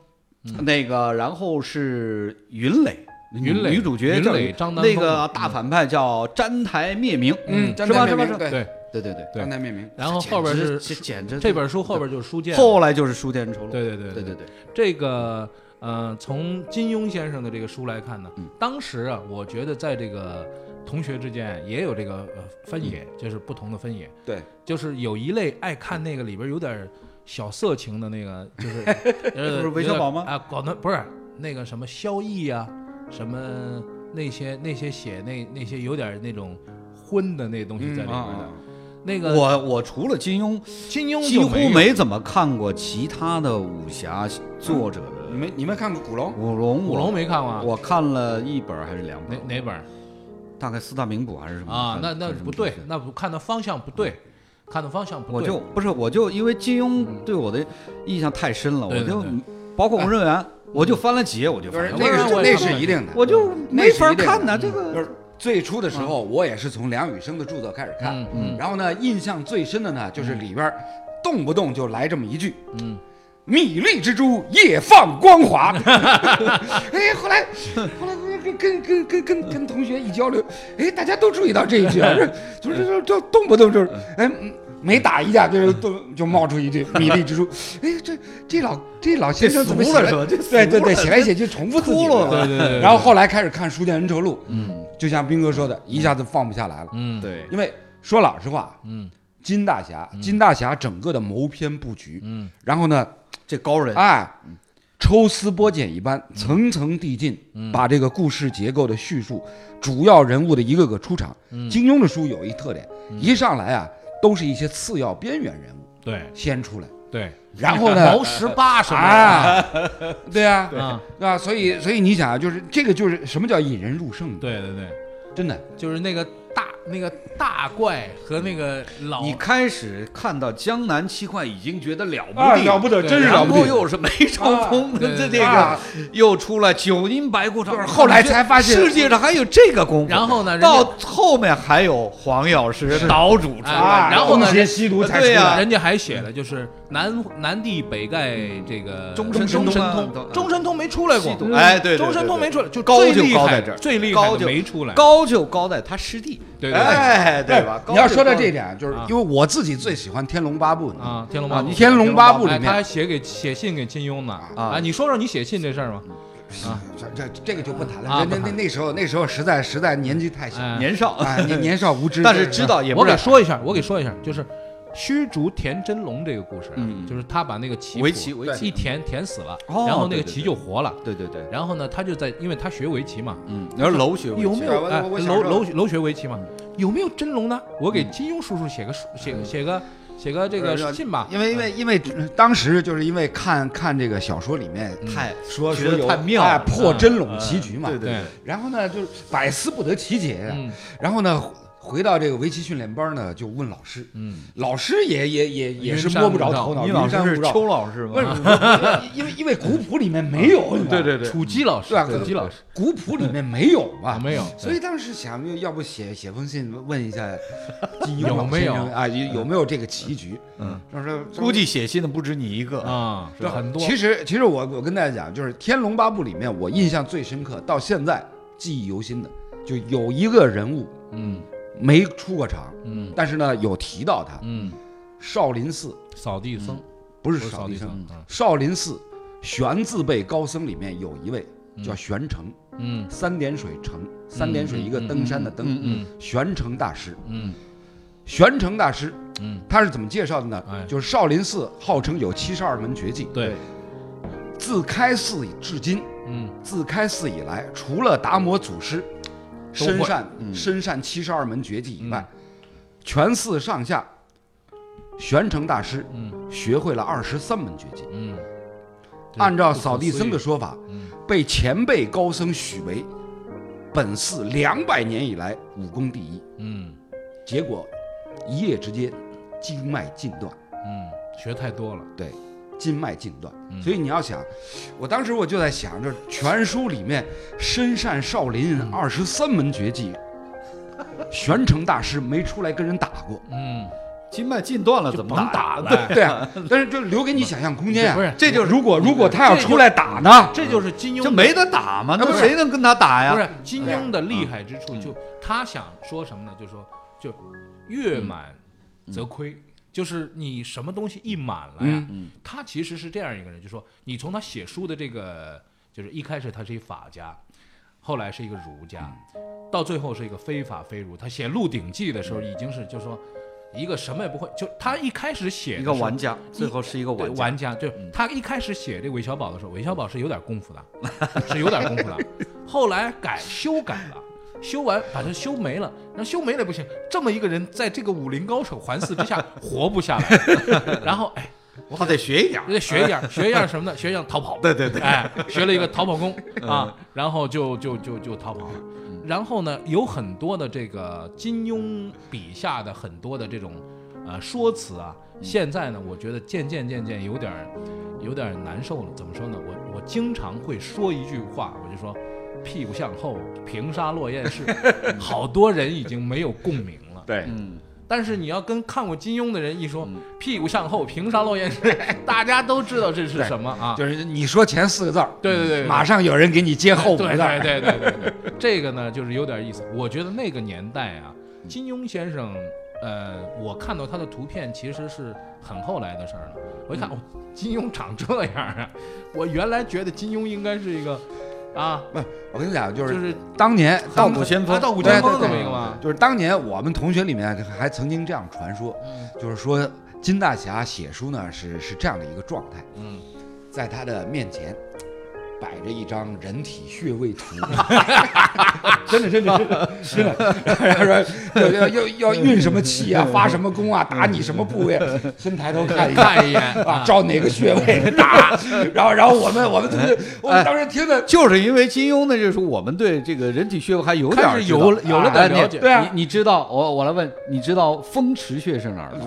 S6: 那个，然后是云磊，
S5: 嗯云磊
S6: 女主角
S5: 云
S6: 叫
S5: 磊张丹嗯
S6: 那
S5: 峰
S6: 个大反派叫詹台灭明，
S7: 嗯，
S6: 是
S7: 张
S6: 吧？
S7: 台
S6: 是吧？
S7: 面
S6: 是
S7: 明，
S6: 吧？
S7: 对，
S5: 对，
S6: 对对对。
S7: 张台面明，
S5: 然后后边
S6: 简直
S5: 是
S6: 这简直
S5: 这本书后边就是书剑，
S6: 后来就是《书剑恩仇录》。
S5: 对对对
S6: 对
S5: 对
S6: 对对，
S5: 这个呃，从金庸先生的这个书来看呢，
S6: 嗯
S5: 当时啊，我觉得在这个同学之间也有这个呃分野，
S6: 嗯
S5: 就是不同的分野，
S7: 对，
S5: 就是有一类爱看那个里边有点小色情的那个，就是 呃
S6: 不是韦小宝吗
S5: 有点啊，搞那不是那个什么萧逸啊，什么那些那些写那那些有点那种荤的那
S7: 嗯
S5: 东西在里边的。
S7: 啊
S5: 那个
S6: 嗯啊我我除了金庸，
S5: 金庸
S6: 几
S5: 就
S6: 乎
S5: 有
S6: 没怎么看过其他的武侠作者
S7: 你
S6: 的。
S7: 们你们看过古龙？
S6: 古龙，
S5: 嗯古龙没看过啊
S6: 我看了一本还是两
S5: 哪
S6: 本，
S5: 哪本儿
S6: 大概四大名捕还是什么
S5: 啊？那
S6: 还是
S5: 那
S6: 嗯还是什么
S5: 不对
S6: 东，西
S5: 那不看的方向不对，看的方向不
S6: 我
S5: 对。嗯
S6: 就不是我就因为金庸对我的印象太深了，我
S5: 对对
S6: 就
S5: 对哎
S6: 包括《无人园》，我就翻了几页我就
S7: 就
S6: 翻
S7: 是
S6: 了，
S7: 那个
S5: 我嗯
S7: 是
S5: 也
S7: 那
S5: 看
S7: 是
S5: 过
S7: 一定的，
S6: 我就没法看
S5: 嗯
S6: 呢。这
S7: 就
S6: 个
S7: 是最初的时候，我也是从梁羽生的著作开始看，
S5: 嗯
S7: 然后呢，印象最深的呢，
S6: 嗯
S7: 就是里边儿动不动就来这么一句，嗯。米粒之珠夜放 光华，哎，后来，后来跟跟跟跟跟跟同学一交流，哎，大家都注意到这 一句啊，就是就是就就动不动就是，哎，每打一架就是都就冒出一句米粒之珠，哎，这这老这老先生怎么
S6: 这
S7: 写
S6: 俗了
S7: 来
S6: 是吧这俗
S7: 对对对，
S6: 了
S7: 写来写去重复自己
S6: 秃噜
S7: 了，
S6: 了
S5: 对对对
S7: 然后后来开始看《书剑恩仇录》，嗯，就像斌哥说的，一下子放不下来了。
S5: 嗯，
S6: 对
S7: 因为说老实话，
S5: 嗯，
S7: 金大侠，金大侠整个的谋篇布局，
S5: 嗯，
S7: 然后呢，
S6: 这高
S5: 啊
S6: 人，
S7: 哎，抽丝剥茧一
S5: 嗯
S7: 般，层层递进，把这个故事结构的叙述，主要人物的一个个出场。
S5: 嗯
S7: 金庸的书有一特点，一上来啊，都是一些次要边缘人物
S5: 对
S7: 先出来，
S5: 对。
S7: 然后呢，
S5: 毛十八什么
S7: 啊，对啊，
S5: 的？啊，
S7: 对吧？所以，所以你想啊，就是这个，就是什么叫引人入胜？，
S5: 对对对，
S7: 真的，
S5: 就是那个大那个大怪和那个老
S6: 你开始看到江南七怪已经觉得了不
S4: 啊，
S6: 地
S4: 了不得，真是了
S6: 然
S4: 不
S6: 后
S4: 得。
S6: 又是梅超风
S5: 对
S6: 这
S5: 对
S6: 这个
S4: 啊
S6: 又出来九阴白骨爪，
S7: 后来才发现
S6: 世界上还有这个功夫。
S5: 然后呢人家
S6: 到后面还有黄药师岛主出来，
S5: 啊然后呢
S4: 一些吸毒才出
S6: 对呀
S4: 来，
S5: 人家还写了，就是南南帝北丐这个
S6: 中
S5: 神
S6: 神通啊
S5: 通，
S6: 都
S5: 中神通没出来过嗯
S6: 吸，毒哎对对对
S5: 中神通没出来，
S6: 对
S5: 就
S6: 高
S5: 最
S6: 就
S5: 厉
S6: 高
S5: 害
S6: 在这儿
S5: 最厉害
S6: 高
S5: 的
S6: 就
S5: 没出来，
S6: 高就高在他师弟，
S5: 对对对
S6: 哎对吧？
S7: 啊你要说到
S6: 到
S7: 这一，点，就是因为我自己最喜欢《天龙八部》
S5: 啊，《天龙八部》
S7: 《天龙八部》
S5: 哎
S7: 里
S5: 他还
S7: 面，
S5: 写给写信给金庸呢
S6: 啊
S5: 啊，你说说你写信这事儿吧，
S7: 啊这这这个就不谈
S5: 啊
S7: 了。那
S5: 不
S7: 那
S5: 谈
S7: 那时候那时候实在实在年纪太小，
S5: 哎
S6: 年少，
S7: 啊， 年年少无知，啊
S6: 但是知道也
S5: 我
S6: 不
S5: 给
S6: 是
S5: 说一下，我给说一下，就是虚竹田真龙这个故事啊，
S6: 嗯
S5: 就是他把那个棋谱
S6: 围棋围棋
S5: 一填填死了，
S6: 哦
S5: 然后那个
S6: 对对
S5: 棋
S6: 对
S5: 就活了。
S6: 对对对，
S5: 然后呢，他就在，因为他学围棋嘛，
S6: 嗯，你说楼学
S5: 有没有
S7: 我
S5: 哎
S7: 我我想
S5: 楼
S7: 说
S5: 楼楼学围棋嘛？有没有真龙呢？我给金庸叔叔写个书写写个写个这个信吧。
S7: 因为因为因为当时就是因为看看这个小说里面
S6: 太
S7: 说
S6: 觉得
S7: 说有
S6: 太妙
S7: 哎
S6: 了
S7: 破真龙棋局嘛，
S6: 对对
S5: 对
S7: 然后呢，就是百思不得其解。
S5: 嗯
S7: 然后呢，回到这个围棋训练班呢，就问老师，
S5: 嗯，
S7: 老师也也也也是
S5: 云山
S7: 摸不着
S5: 雾罩
S7: 头脑，
S6: 你老
S7: 云
S6: 师
S7: 山
S6: 是
S7: 雾罩
S6: 邱老师
S7: 不是
S6: 吗？，
S7: 因为因 为古谱里面没有，你知道
S6: 对
S7: 吗
S6: 对对，
S5: 楚基老师
S7: 对吧？，
S5: 楚基老师，
S7: 古谱里面没有
S5: 啊
S7: 嘛，
S5: 没有
S7: 所以当时想，要不写写封信问一下金庸
S5: 有
S7: 老
S5: 没有
S7: 先生啊，有有没有这个棋局？
S6: 嗯，
S7: 他说
S6: 估计写信的不止你一个。
S5: 啊，
S7: 这
S5: 很多。
S7: 其实，其实我我跟大家讲，就是《天龙八部》里面，我印象最深刻，到现在记忆犹新的，就有一个人物
S5: 嗯
S7: 没出过场，
S5: 嗯
S7: 但是呢有提到他。
S5: 嗯，
S7: 少林寺
S5: 扫地僧
S7: 不
S5: 不
S7: 是
S5: 是扫
S7: 少
S5: 地
S7: 林
S5: 僧
S7: 僧，，
S5: 啊
S7: 少林寺玄字辈高僧里面有一位叫玄澄，
S5: 嗯
S7: 三点水澄，三点水一个登山的登，
S5: 嗯
S7: 玄澄大师。
S5: 嗯
S7: 玄澄大师
S5: 嗯，
S7: 他是怎么介绍的
S5: 哎
S7: 呢？就是少林寺号称有七十二门绝技，
S5: 对，
S7: 自开寺至今。
S5: 嗯
S7: 自开寺以来，除了达摩祖师
S5: 都
S7: 深
S5: 会嗯
S7: 善深善七十二门绝技以外，全寺上下，玄澄大师
S5: 嗯
S7: 学会了二十三门绝技。
S5: 嗯，这
S7: 按照
S5: 不可
S7: 扫地僧的
S5: 思议
S7: 说法
S5: 嗯，
S7: 被前辈高僧许为本寺两百年以来武功第一。
S5: 嗯
S7: 结果一夜之间，经脉尽断。
S5: 嗯，学太多了，
S7: 对，筋脉尽断。
S5: 嗯
S7: 所以你要想，我当时我就在想，这全书里面深善少林
S5: 嗯
S7: 二十三门绝技，玄澄大师没出来跟人打过。
S5: 嗯，
S6: 经脉尽断了，怎么
S5: 甭打
S6: 呢？
S5: 了。
S7: 对啊，但是就留给你想象空间啊。
S5: 哎不是
S7: 这就是如果如果他要出来打呢？
S5: 这就是金 庸
S6: 这
S5: 的
S6: 没得打嘛，那
S7: 不是
S6: 谁能跟他打呀？嗯
S5: 不是金庸的厉害之处，就他想说什么呢？就说就月满则亏，就是你什么东西一满了
S6: 嗯
S5: 呀，他其实是这样一个人，就说你从他写书的这个，就是一开始他是一法家，后来是一个儒家，
S6: 嗯
S5: 到最后是一个非法非儒。他写《鹿鼎记》的时候已经是就说。一个什么也不会，就他一开始写的
S6: 一个
S5: 时候
S6: 玩家，最后是一个
S5: 对
S6: 玩家。嗯
S5: 玩家，就他一开始写这韦小宝的时候，韦小宝是有点功夫的， 是有点功 夫的。后来改修改了，修完把它修没了，然后修没了不行，这么一个人在这个武林高手环伺之下活不下 来，然后哎，
S6: 他得学一点儿。
S5: 得学一样，学一样什么呢？学一样逃跑。对对对，哎，学了一个逃跑功啊，然后就就就就逃跑了。然后呢，有很多的这个金庸笔下的很多的这种呃说辞啊，现在呢，我觉得渐渐渐渐有点儿有点儿难受了。怎么说呢？我我经常会说一句话，我就说屁股向后，平沙落雁 式。好多人已经没有共鸣了。
S7: 对，
S6: 嗯，
S5: 但是你要跟看过金庸的人一说，
S7: 嗯
S5: 屁股向后，平沙落雁式，大家都知道这是什么啊？
S7: 就是你说前四个字儿，
S5: 对对对，
S7: 马上有人给你接后五
S5: 对
S7: 个字儿。
S5: 对对对对对，这个呢就是有点意思。我觉得那个年代啊，
S7: 嗯
S5: 金庸先生，呃，我看到他的图片其实是很后来的事儿了。我
S7: 嗯
S5: 一看，哦，金庸长这样啊！我原来觉得金庸应该是一个啊，
S7: 不，我跟你讲，就
S5: 就是是
S7: 当年
S6: 道
S7: 当
S6: 骨先锋，
S5: 啊道骨
S7: 对
S5: 先锋
S7: 对
S5: 这么
S7: 对
S5: 一个嘛。
S7: 就是当年我们同学里面还曾经这样传说，
S6: 嗯
S7: 就是说金大侠写书呢是是这样的一个状态，
S5: 嗯，
S7: 在他的面前摆着一张人体穴 位图，真的真的真的真的，然后说要要要要运什么气
S6: 嗯
S7: 啊，发什么功啊，打你什么部位，啊先抬头看一下
S5: 看一眼
S7: 啊，照哪个穴
S6: 嗯
S7: 位打，然后然后我们我们
S6: 哎
S7: 就是我们当时听的
S6: 就是因为金庸呢，就是我们对这个人体穴位还有点
S5: 开
S6: 儿
S5: 始
S6: 知道
S5: 有了有了点
S6: 哎
S5: 了
S6: 你
S5: 解
S7: 对啊
S6: 你你知道我我来问，你知道风池穴是哪儿吗？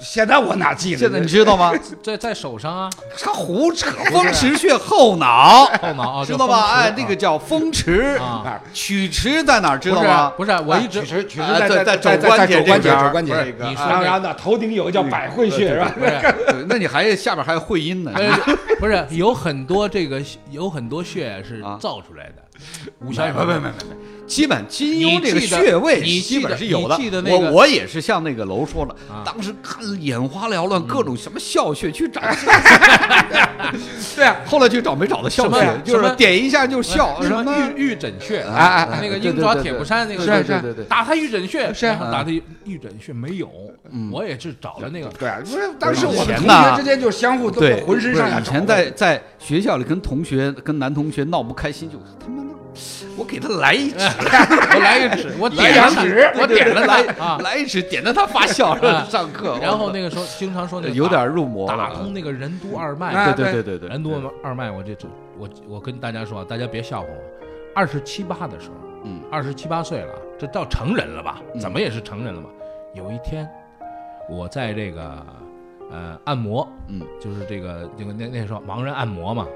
S7: 现在我哪记得？
S6: 现 在你知道吗？
S5: 在在手上啊，
S6: 他胡扯，风池穴后脑，
S5: 后脑啊，
S6: 知道吧？哎，那个叫风池哎
S5: 啊，
S6: 曲池在哪儿知
S5: 不
S6: 道
S5: 是
S6: 吗？
S5: 不是，我一
S7: 曲
S5: 直
S7: 池曲池
S6: 啊
S7: 在
S6: 在
S7: 在
S6: 肘
S7: 在
S6: 关节
S7: 肘
S6: 这
S7: 关节
S6: 边儿
S7: 肘关节
S6: 不是一个
S5: 你说
S7: 然后
S5: 那
S7: 然后呢，头顶有个叫百会穴是吧？
S5: 不是。
S6: 对那你还下边还有会 阴呢，
S5: 呃，不是，有很多这个有很多穴是
S6: 啊
S5: 造出来的，武侠不不不
S6: 基本金庸这个
S5: 你记得
S6: 穴位
S5: 你
S6: 基
S5: 记得
S6: 本是有的。
S5: 你记得那个
S6: 我我也是像那个楼说了，
S5: 啊
S6: 当时看眼花缭乱，各种什么笑穴去找，
S7: 对啊，
S6: 后来去找没找到
S5: 嗯
S6: 笑
S5: 什么
S6: 穴，就
S5: 什
S6: 是
S5: 么
S6: 点一下就笑，
S5: 呃什
S6: 什么
S5: 么玉玉枕穴
S7: 啊啊啊
S5: 那个
S6: 对
S5: 鹰
S6: 对
S5: 爪
S6: 对
S5: 铁
S6: 对
S5: 布衫那个
S7: 是啊是啊
S6: 对对对
S5: 打他玉枕穴，
S7: 是啊嗯
S5: 然后打他玉玉枕穴没有，我也是找了那个
S7: 对啊，不是当时我
S6: 以
S7: 们
S6: 前
S7: 同
S6: 呐
S7: 学之间就相互都
S6: 对，
S7: 浑身上下
S6: 不
S7: 找
S6: 是以前在在学校里跟同学跟男同学闹不开心，就他妈的，我给他来一指，
S5: 我来一指，我
S6: 点
S5: 点
S6: 了
S5: 了
S7: 两
S5: 他，
S7: 指
S6: 我点了来
S5: 啊
S6: 来一指，点的他 发笑，
S5: 啊
S6: 上课，
S5: 然后那个时候经常说那个
S6: 有
S5: 打
S6: 点入魔
S5: 打
S6: 了
S5: 通。那哎个任督二
S7: 啊
S5: 脉，
S6: 对对对对对，
S5: 任督二脉，我这这我我跟大家说啊，大家别笑话我，二十七八的时候，
S6: 嗯，
S5: 二十七八岁了，这到成人了吧？怎么也是成人了吧？有一天，我在这个呃按摩，
S6: 嗯，
S5: 就是这个这个那那时候盲人按摩嘛，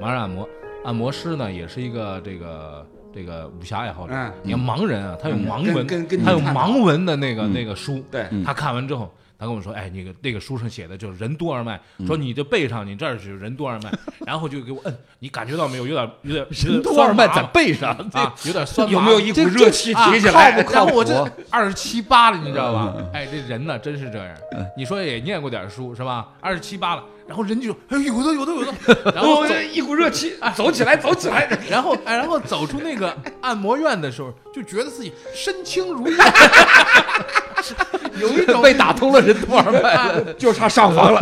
S5: 盲人按摩，按摩师呢也是一个这个这个武侠爱好者。
S7: 嗯
S5: 你看盲人啊，他有盲
S7: 跟
S5: 文，
S7: 跟跟你
S5: 他有
S7: 看到
S5: 盲文的那个、那个书，
S7: 嗯对嗯
S5: 他看完之后。他跟我说：“哎，那个那个书上写的就是任督二脉，
S7: 嗯
S5: 说你这背上你这儿是任督二 脉，然后就给我摁，你感觉到没有？有点有点有点
S6: 人督二脉
S5: 酸麻
S6: 在
S5: 吗
S6: 背上，
S5: 啊，有点酸麻，
S7: 有没有一股
S6: 这
S7: 热气提起
S5: 啊
S7: 来？
S5: 靠不靠然后我这
S6: 谱
S5: 二十七八了，你知道吧？
S7: 嗯
S5: 哎，这人呢，真是这样。你说也念过点书是吧？二十七八了，然后人就哎有的有的有 的，然后
S7: 我
S5: 走哎
S7: 这一股热气，哦哎走起来，走起来！
S5: 然后哎然后走出那个按摩院的时候，就觉得自己身轻如燕，有一种啊
S6: 被打通了人督二脉， 嗯
S7: 就差 上房了。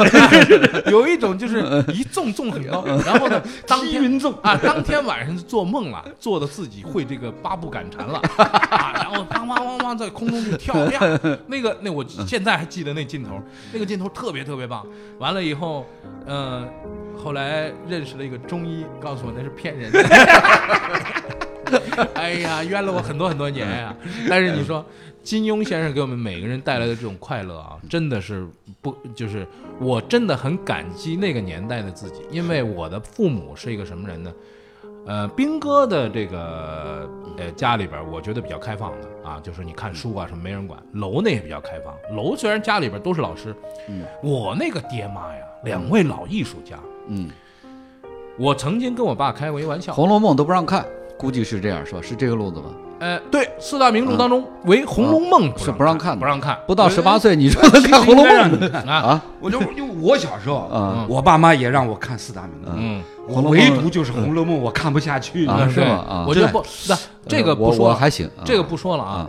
S5: 有一种就是一纵纵很高，然 后呢，当天啊，当天晚上就做梦了，做的自己会这个八步赶 蝉了，啊，然后当当当当在空中就跳哎呀，那个那我现在还记得那劲头，那个劲头特别特别棒。完了以后，嗯、后来认识了一个中医，告诉我那是骗人的。 哎呀，冤了我很多很多年呀、嗯但是你说，金庸先生给我们每个人带来的这种快乐啊，真的是不就是我真的很感激那个年代的自己，因为我的父母是一个什么人呢？呃，兵哥的这个呃家里边儿，我觉得比较开放的啊，就是你看书啊什么没人管。楼那也比较开放，楼虽然家里边儿都是老师，嗯，我那个爹妈呀，两位老艺术家，
S6: 嗯，
S5: 我曾经跟我爸开过一玩笑，
S6: 《红楼梦》都不让看，估计是这样说，是这个路子吧？
S5: 呃，对，四大名著当中唯《红楼梦》
S6: 是不
S5: 不
S6: 让
S5: 让
S6: 看的
S5: 不让看
S6: 不到十八岁，你说能看《红楼梦》呢？
S5: 啊，
S6: 啊，
S7: 我就因为我小时候
S6: 啊，
S7: 我爸妈也让我看四大名著，
S5: 嗯，
S7: 我唯独就是《红楼梦》，我看不下去。
S6: 啊是
S5: 对
S6: 吗啊
S5: 我就不，那这个
S6: 我
S5: 不说
S6: 我
S5: 了，
S6: 还行，啊
S5: 这个不说了
S6: 啊嗯
S5: 啊，，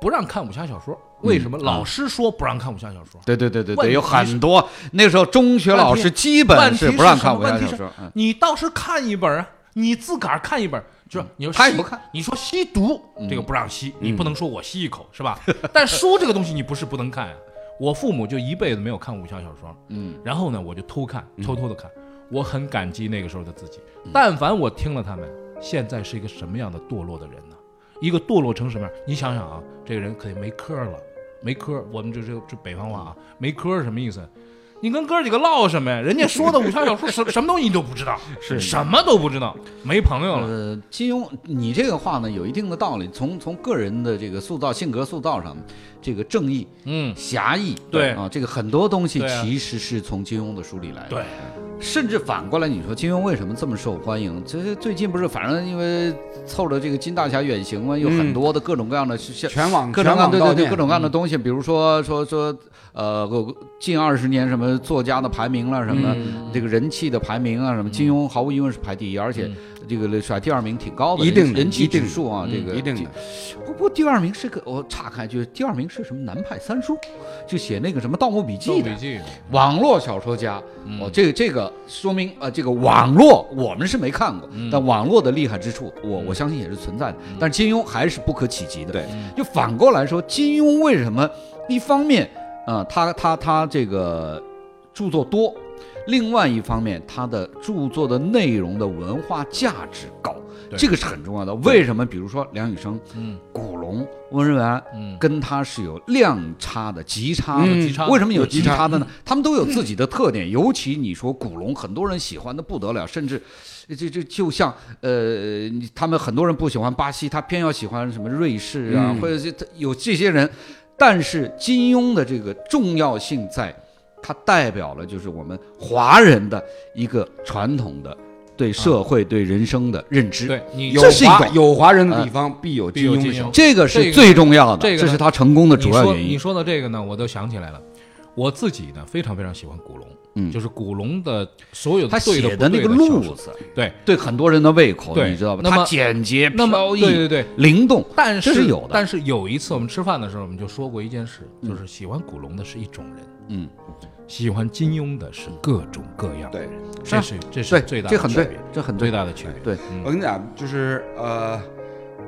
S5: 不让看武侠小说，为什么？老师说不让看武侠小说，
S6: 对对对对
S5: 问
S6: 对，
S5: 题
S6: 有很多那时候中学老师
S5: 问题
S6: 基
S5: 问
S6: 本
S5: 题
S6: 是
S5: 是
S6: 不让
S5: 什
S6: 看
S5: 么
S6: 武侠
S5: 问题
S6: 小
S5: 是
S6: 说，嗯
S5: 你倒是看一本啊，你自个儿看一本。就是你说
S6: 他也
S5: 吸
S6: 不看，
S5: 你说吸毒这个不让
S6: 嗯
S5: 吸，你不能说我吸一口 是吧？但书这个东西你不是不能看啊。我父母就一辈子没有看武侠小说，嗯，然后呢，我就偷看，偷偷的看，我很感激那个时候的自己。
S6: 嗯
S5: 但凡我听了他们，现在是一个什么样的堕落的人呢？一个堕落成什么样？你想想啊，这个人可以没科了，没科，我们这这这北方话啊，没科是什么意思？你跟哥几个唠什么呀？人家说的武侠小说什什么东西你都不知 道，是什么都不知道，没朋友了。
S6: 呃，金庸，你这个话呢有一定的道理。从从个人的这个塑造、性格塑造上，这个正义、
S5: 嗯，
S6: 侠义，
S5: 对
S6: 啊，这个很多东西
S5: 对啊
S6: 其实是从金庸的书里来
S5: 嗯
S6: 的。
S5: 对，
S6: 甚至反过来，你说金庸为什么这么受欢迎？这最近不是反正因为凑着这个金大侠远行嘛，有
S5: 嗯
S6: 很多的各种各样的像
S7: 全网
S6: 各种
S7: 全
S6: 各样
S7: 网
S6: 对
S7: 悼
S6: 对对各
S7: 念，嗯
S6: 种各样的东西，比如说说说呃近二十年什么作家的排名了，什么
S7: 嗯
S6: 这个人气的排名啊，什么金庸毫无疑问是排第一，而且这个甩第二名挺高的，
S7: 嗯一定的
S6: 人气
S7: 一定
S6: 指
S7: 的嗯
S6: 数啊，这个
S7: 一定的。
S6: 不过第二名是个我岔开，就是第二名是什么南派三叔，就写那个什么《盗墓笔记》
S5: 记
S6: 的
S5: 笔记，嗯
S6: 网络小说家。哦，这个这个个说明呃，这个网络我们是没看过，
S5: 嗯
S6: 但网络的厉害之处，我我相信也是存在的。但金庸还是不可企及的。
S7: 对，
S6: 就反过来说，金庸为什么一方面啊、呃他他他这个著作多，另外一方面他的著作的内容的文化价值高。
S5: 对
S6: 这个是很重要的。为什么？比如说梁羽生、
S5: 嗯
S6: 古龙、温瑞安，
S5: 嗯
S6: 跟他是有量差的、极差的。
S7: 嗯
S5: 极差的嗯
S6: 为什么有极
S7: 有极
S6: 差的呢？他们都有自己的特点，尤其你说古龙，很多人喜欢的不得了，甚至呃这这就像呃，你他们很多人不喜欢巴西，他偏要喜欢什么瑞士啊，
S7: 嗯
S6: 或者是他有这些人。但是金庸的这个重要性在，它代表了就是我们华人的一个传统的对社会、对人生的认知。
S5: 对你
S7: 有
S6: 这是一
S7: 华
S6: 种
S7: 有华人的地方必有
S5: 必有金
S7: 金庸的手
S5: 庸。
S6: 这个
S5: 这
S6: 是
S5: 个
S6: 最重要的，
S5: 这个呢
S6: 是他成功的
S5: 你
S6: 主要
S5: 说
S6: 原
S5: 你
S6: 因。
S5: 说到这个呢，我都想起来了。我自己呢，非常非常喜欢古龙，
S6: 嗯
S5: 就是古龙的所有
S6: 他
S5: 对
S6: 写
S5: 的不
S6: 那
S5: 对
S6: 个
S5: 的小
S6: 路
S5: 说
S6: 子，
S5: 对，
S6: 对很多人的胃口，
S5: 对
S6: 你知道吧？
S5: 那么
S6: 他简洁、
S5: 那么
S6: 飘逸、
S5: 对对对
S6: 灵动，
S5: 但
S6: 这是有的。
S5: 但是有一次我们吃饭的时候，我们就说过一件事，就是喜欢古龙的是一种人，
S6: 嗯，
S5: 喜欢金庸的是各种各样的
S7: 对
S5: 人，这是这是
S6: 对
S5: 最大的
S6: 这很
S5: 区别
S6: 对，这很
S5: 最
S6: 对。
S5: 大的区别。
S6: 对，
S5: 嗯
S7: 我跟你讲，就是呃，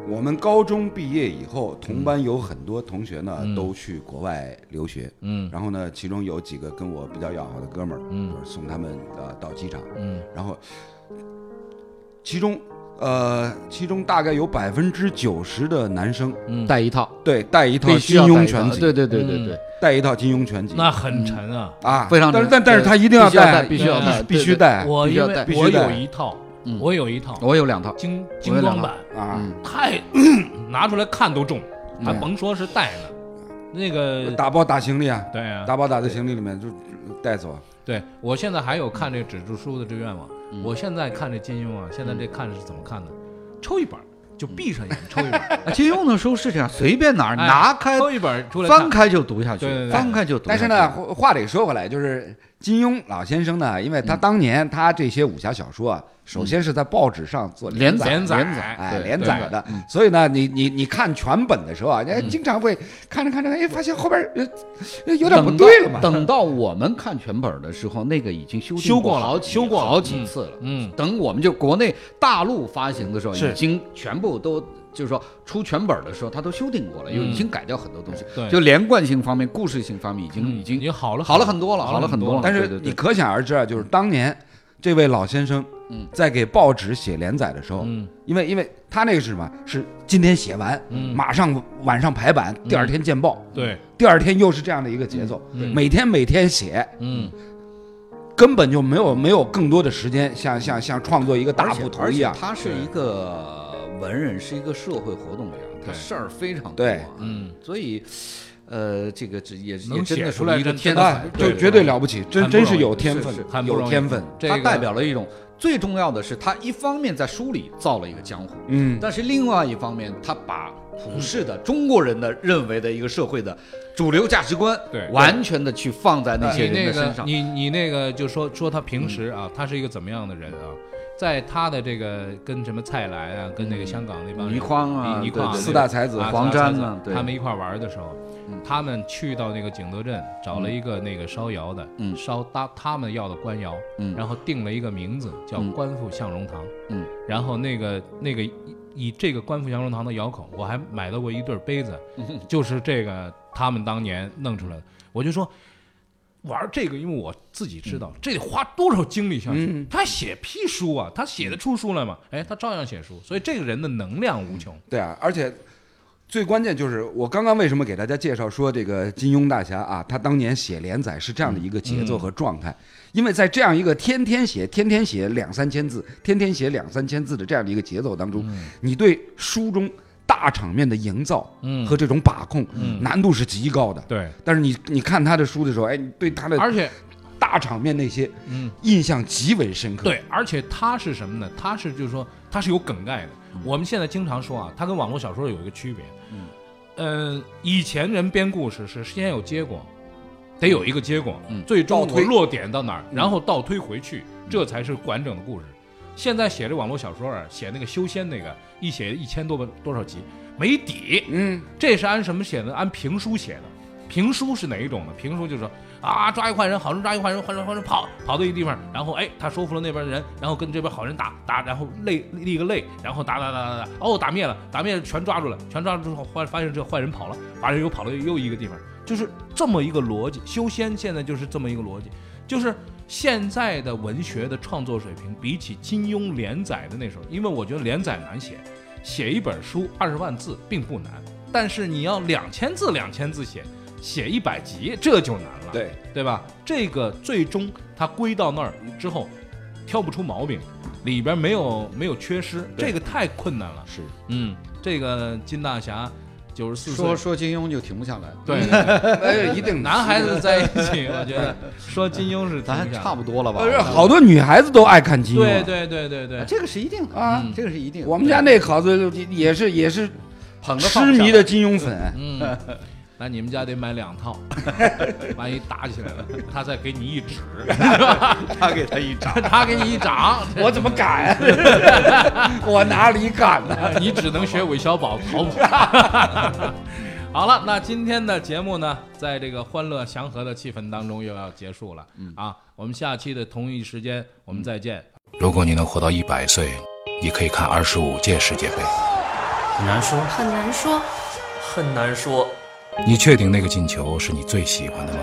S7: 我们高中毕业以后，同班有很多同学呢、都去国外留学，
S5: 嗯
S7: 然后呢，其中有几个跟我比较要好的哥们儿，
S5: 嗯
S7: 就是送他们呃到机场，
S5: 嗯
S7: 然后其中呃，其中大概有百分之九十的男生
S5: 嗯，
S6: 带一套，
S7: 对带一套
S6: 必须
S7: 金
S6: 要带
S7: 庸
S6: 一套
S7: 全集，
S6: 对对对对
S5: 嗯
S6: 对，
S7: 带一套金庸全集
S5: 那很沉啊。
S7: 啊，
S6: 非常
S7: 但是
S6: 难
S7: 但但是
S6: 对
S7: 他一定要
S6: 必须要带必
S5: 须要
S6: 带
S7: 必
S6: 对
S7: 须
S6: 对
S7: 带
S5: 我
S6: 嗯哎必须
S5: 因
S6: 要
S5: 为
S6: 带
S7: 必须
S5: 我
S7: 带
S5: 有一套，
S6: 嗯
S5: 我有一套
S6: 我有两套。
S5: 精
S6: 我
S5: 精
S6: 有两
S5: 装
S6: 套
S5: 版，
S7: 啊。
S6: 嗯
S5: 太 拿出来看都重，还
S6: 啊
S5: 甭说是带呢，那个
S7: 打包打行李啊，
S5: 对
S6: 嗯
S5: 啊，
S7: 打包打在行李里面就带走啊。
S5: 对我现在还有看这纸质书的这愿望。我现在看这金庸啊，现在这看是怎么看呢？抽一本儿就闭上眼抽一本儿，
S6: 啊金庸的书是这样，随便哪儿
S5: 哎
S6: 拿 开
S5: 抽一本儿出来看
S6: 翻，开就读下
S5: 对对
S6: 去，
S5: 对
S6: 翻开就读下
S7: 但
S6: 去。
S7: 是呢，，话话得说回来，就是金庸老先生呢，因为
S6: 嗯
S7: 他当年他这些武侠小说啊，首先是在报纸上做
S6: 连
S7: 载。
S5: 连载
S6: 连载
S7: 哎，
S6: 对嗯
S7: 连载的，所以呢，你你你看全本的时候啊，哎，经常会看着看着，哎，发现后边
S6: 哦
S7: 呃呃有点不对了嘛。
S6: 等到等到我们看全本的时候，那个已经修订
S5: 修过了
S6: 好几
S5: 修过了
S6: 好几次了。
S5: 嗯，
S6: 等我们就国内大陆发行的时候，
S7: 是
S6: 已经全部都就是说出全本的时候，它都修订过了，又已经改掉很多东西。
S5: 对
S6: 就连贯性方面、故事性方面已嗯经已
S5: 已
S6: 经
S5: 经好了
S6: 好了很多了，
S5: 好
S6: 好
S5: 了
S6: 了
S5: 很
S6: 很
S5: 多了
S6: 多了。
S7: 但
S6: 对
S7: 是
S6: 对
S7: 你
S6: 对
S7: 可想而知啊，就是当年这位老先生，
S6: 嗯
S7: 在给报纸写连载的时候，
S5: 嗯
S7: 因为因为他那个是什么？是今天写完，
S6: 嗯
S7: 马上晚上排版，第二天见报，
S5: 对，
S7: 第二天又是这样的一个节奏，
S5: 嗯
S7: 每天每天写，
S5: 嗯，
S7: 根本就没有没有更多的时间像像像创作一个大
S6: 而且
S7: 部头
S6: 而
S7: 一
S6: 且
S7: 样。
S6: 他是一个文人，是一个社会活动家，他
S5: 对
S6: 事儿非常多。啊
S7: 对，
S5: 嗯，
S6: 所以。呃，这个这也
S5: 能
S6: 也真
S5: 写
S6: 的
S5: 出
S6: 属
S5: 来
S6: 于一个
S5: 真
S6: 天
S5: 真
S6: 才
S7: 啊
S5: 的，
S7: 就
S5: 对
S7: 绝对了不起，真
S5: 很不容
S7: 真
S5: 易
S7: 是有天
S6: 是
S7: 分，
S5: 很不容
S7: 有
S5: 易
S7: 天分。
S5: 这
S6: 他
S5: 个
S6: 代表了一种最重要的是，他一方面在书里造了一个江湖，
S7: 嗯，
S6: 但是另外一方面，他把普世的中国人的认为的一个社会的主流价值观，
S5: 对
S6: 完全的去放在那些
S5: 你
S6: 人
S5: 那
S6: 的身上
S5: 个。你你那个就说说他平时啊，他是一个怎么样的人啊？在他的这个跟什么蔡澜啊，跟那个香港那帮人
S6: 嗯倪匡啊
S5: 倪倪匡啊
S6: 对对对
S7: 四大才子
S5: 啊
S6: 黄
S5: 四大才
S6: 沾啊
S5: 子
S6: 对嗯
S5: 他们一块玩的时候，他们去到那个景德镇找了一个那个烧窑的，
S6: 嗯
S5: 烧他他们要的官窑，
S6: 嗯
S5: 然后定了一个名字叫
S6: 嗯
S5: 官复向荣堂，
S6: 嗯，
S5: 然后那个那个以以这个官复向荣堂的窑口，我还买到过一对杯 子，就是这个他们当年弄出来的，我就说。玩这个，因为我自己知道、这得花多少精力下去。他写屁书啊，他写得出书来吗？哎，他照样写书，所以这个人的能量无穷。
S7: 对啊，而且最关键就是我刚刚为什么给大家介绍说这个金庸大侠啊，他当年写连载是这样的一个节奏和状态，因为在这样一个天天写、天天写两三千字、天天写两三千字的这样的一个节奏当中，你对书中大场面的营造
S5: 嗯
S7: 和这种把控、难度是极高的。
S5: 对，
S7: 但是你你看他的书的时候，哎，你对他的
S5: 而且
S7: 大场面那些
S5: 嗯
S7: 印象极为深刻。，
S5: 对，而且他是什么呢？他是就是说他是有梗概的。
S7: 嗯
S5: 我们现在经常说啊，他跟网络小说有一个区别。嗯，以前人编故事是先有结果，得有一个结果，最终
S7: 嗯倒
S5: 我
S7: 推嗯
S5: 落点到哪儿，然后倒推回去，这才是完整的故事。现在写这网络小说啊，写那个修仙那个，一写一千多本多少集，没底。
S7: 嗯，
S5: 这是按什么写的？按评书写的。评书是哪一种呢？评书就是说啊，抓一坏人，好人抓一坏人，坏人坏人跑跑到一个地方，然后哎，他收服了那边人，然后跟这边好人打打，然后累立个累，然后打打打打打，哦，打灭了，打灭了，全抓住了，全抓住之后，坏发现这坏人跑了，把人又跑到又一个地方，就是这么一个逻辑。修仙现在就是这么一个逻辑，就是现在的文学的创作水平，比起金庸连载的那时候，因为我觉得连载难写，写一本书二十万字并不难，但是你要两千字两千字写，写一百集这就难了，
S7: 对
S5: 对吧？这个最终它归到那儿之后，挑不出毛病，里边没有没有缺失，这个太困难了。
S6: 是
S5: 嗯，这个金大侠九十四岁，
S6: 说说金庸就停不下来了，
S5: 对，
S7: 哎，一定
S5: 男孩子在一起，我觉 得说金庸是
S6: 咱差
S5: 不
S6: 不多了吧？
S7: 呃，好多女孩子都爱看金庸。
S5: 对对对对对，
S6: 这个是一定的
S7: 啊
S6: 嗯这个是一定的。
S7: 我们家那孩子也是也是
S6: 捧着
S7: 痴迷的金庸粉，
S5: 嗯，那你们家得买两 套，万一打起来了，他再给你一指，
S6: 他给他一掌，
S5: 他给你一 掌，
S7: 我怎么敢？ 我哪里敢呢？
S5: 你只能学韦小宝逃跑。 好了，那今天的节目呢，在这个欢乐祥和的气氛当中又要结束了。
S6: 嗯
S5: 啊，我们下期的同一时间我们再见。
S1: 如果你能活到一百岁，你可以看二十五届世界杯。
S2: 很难说，
S3: 很难说，
S2: 很难说，
S1: 你确定那个进球是你最喜欢的吗？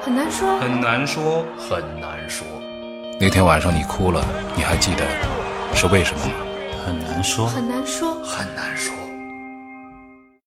S3: 很难说，
S2: 很难说，很难说，
S1: 那天晚上你哭了，你还记得是为什么吗？
S2: 很难说，
S3: 很难说。
S2: 很难说。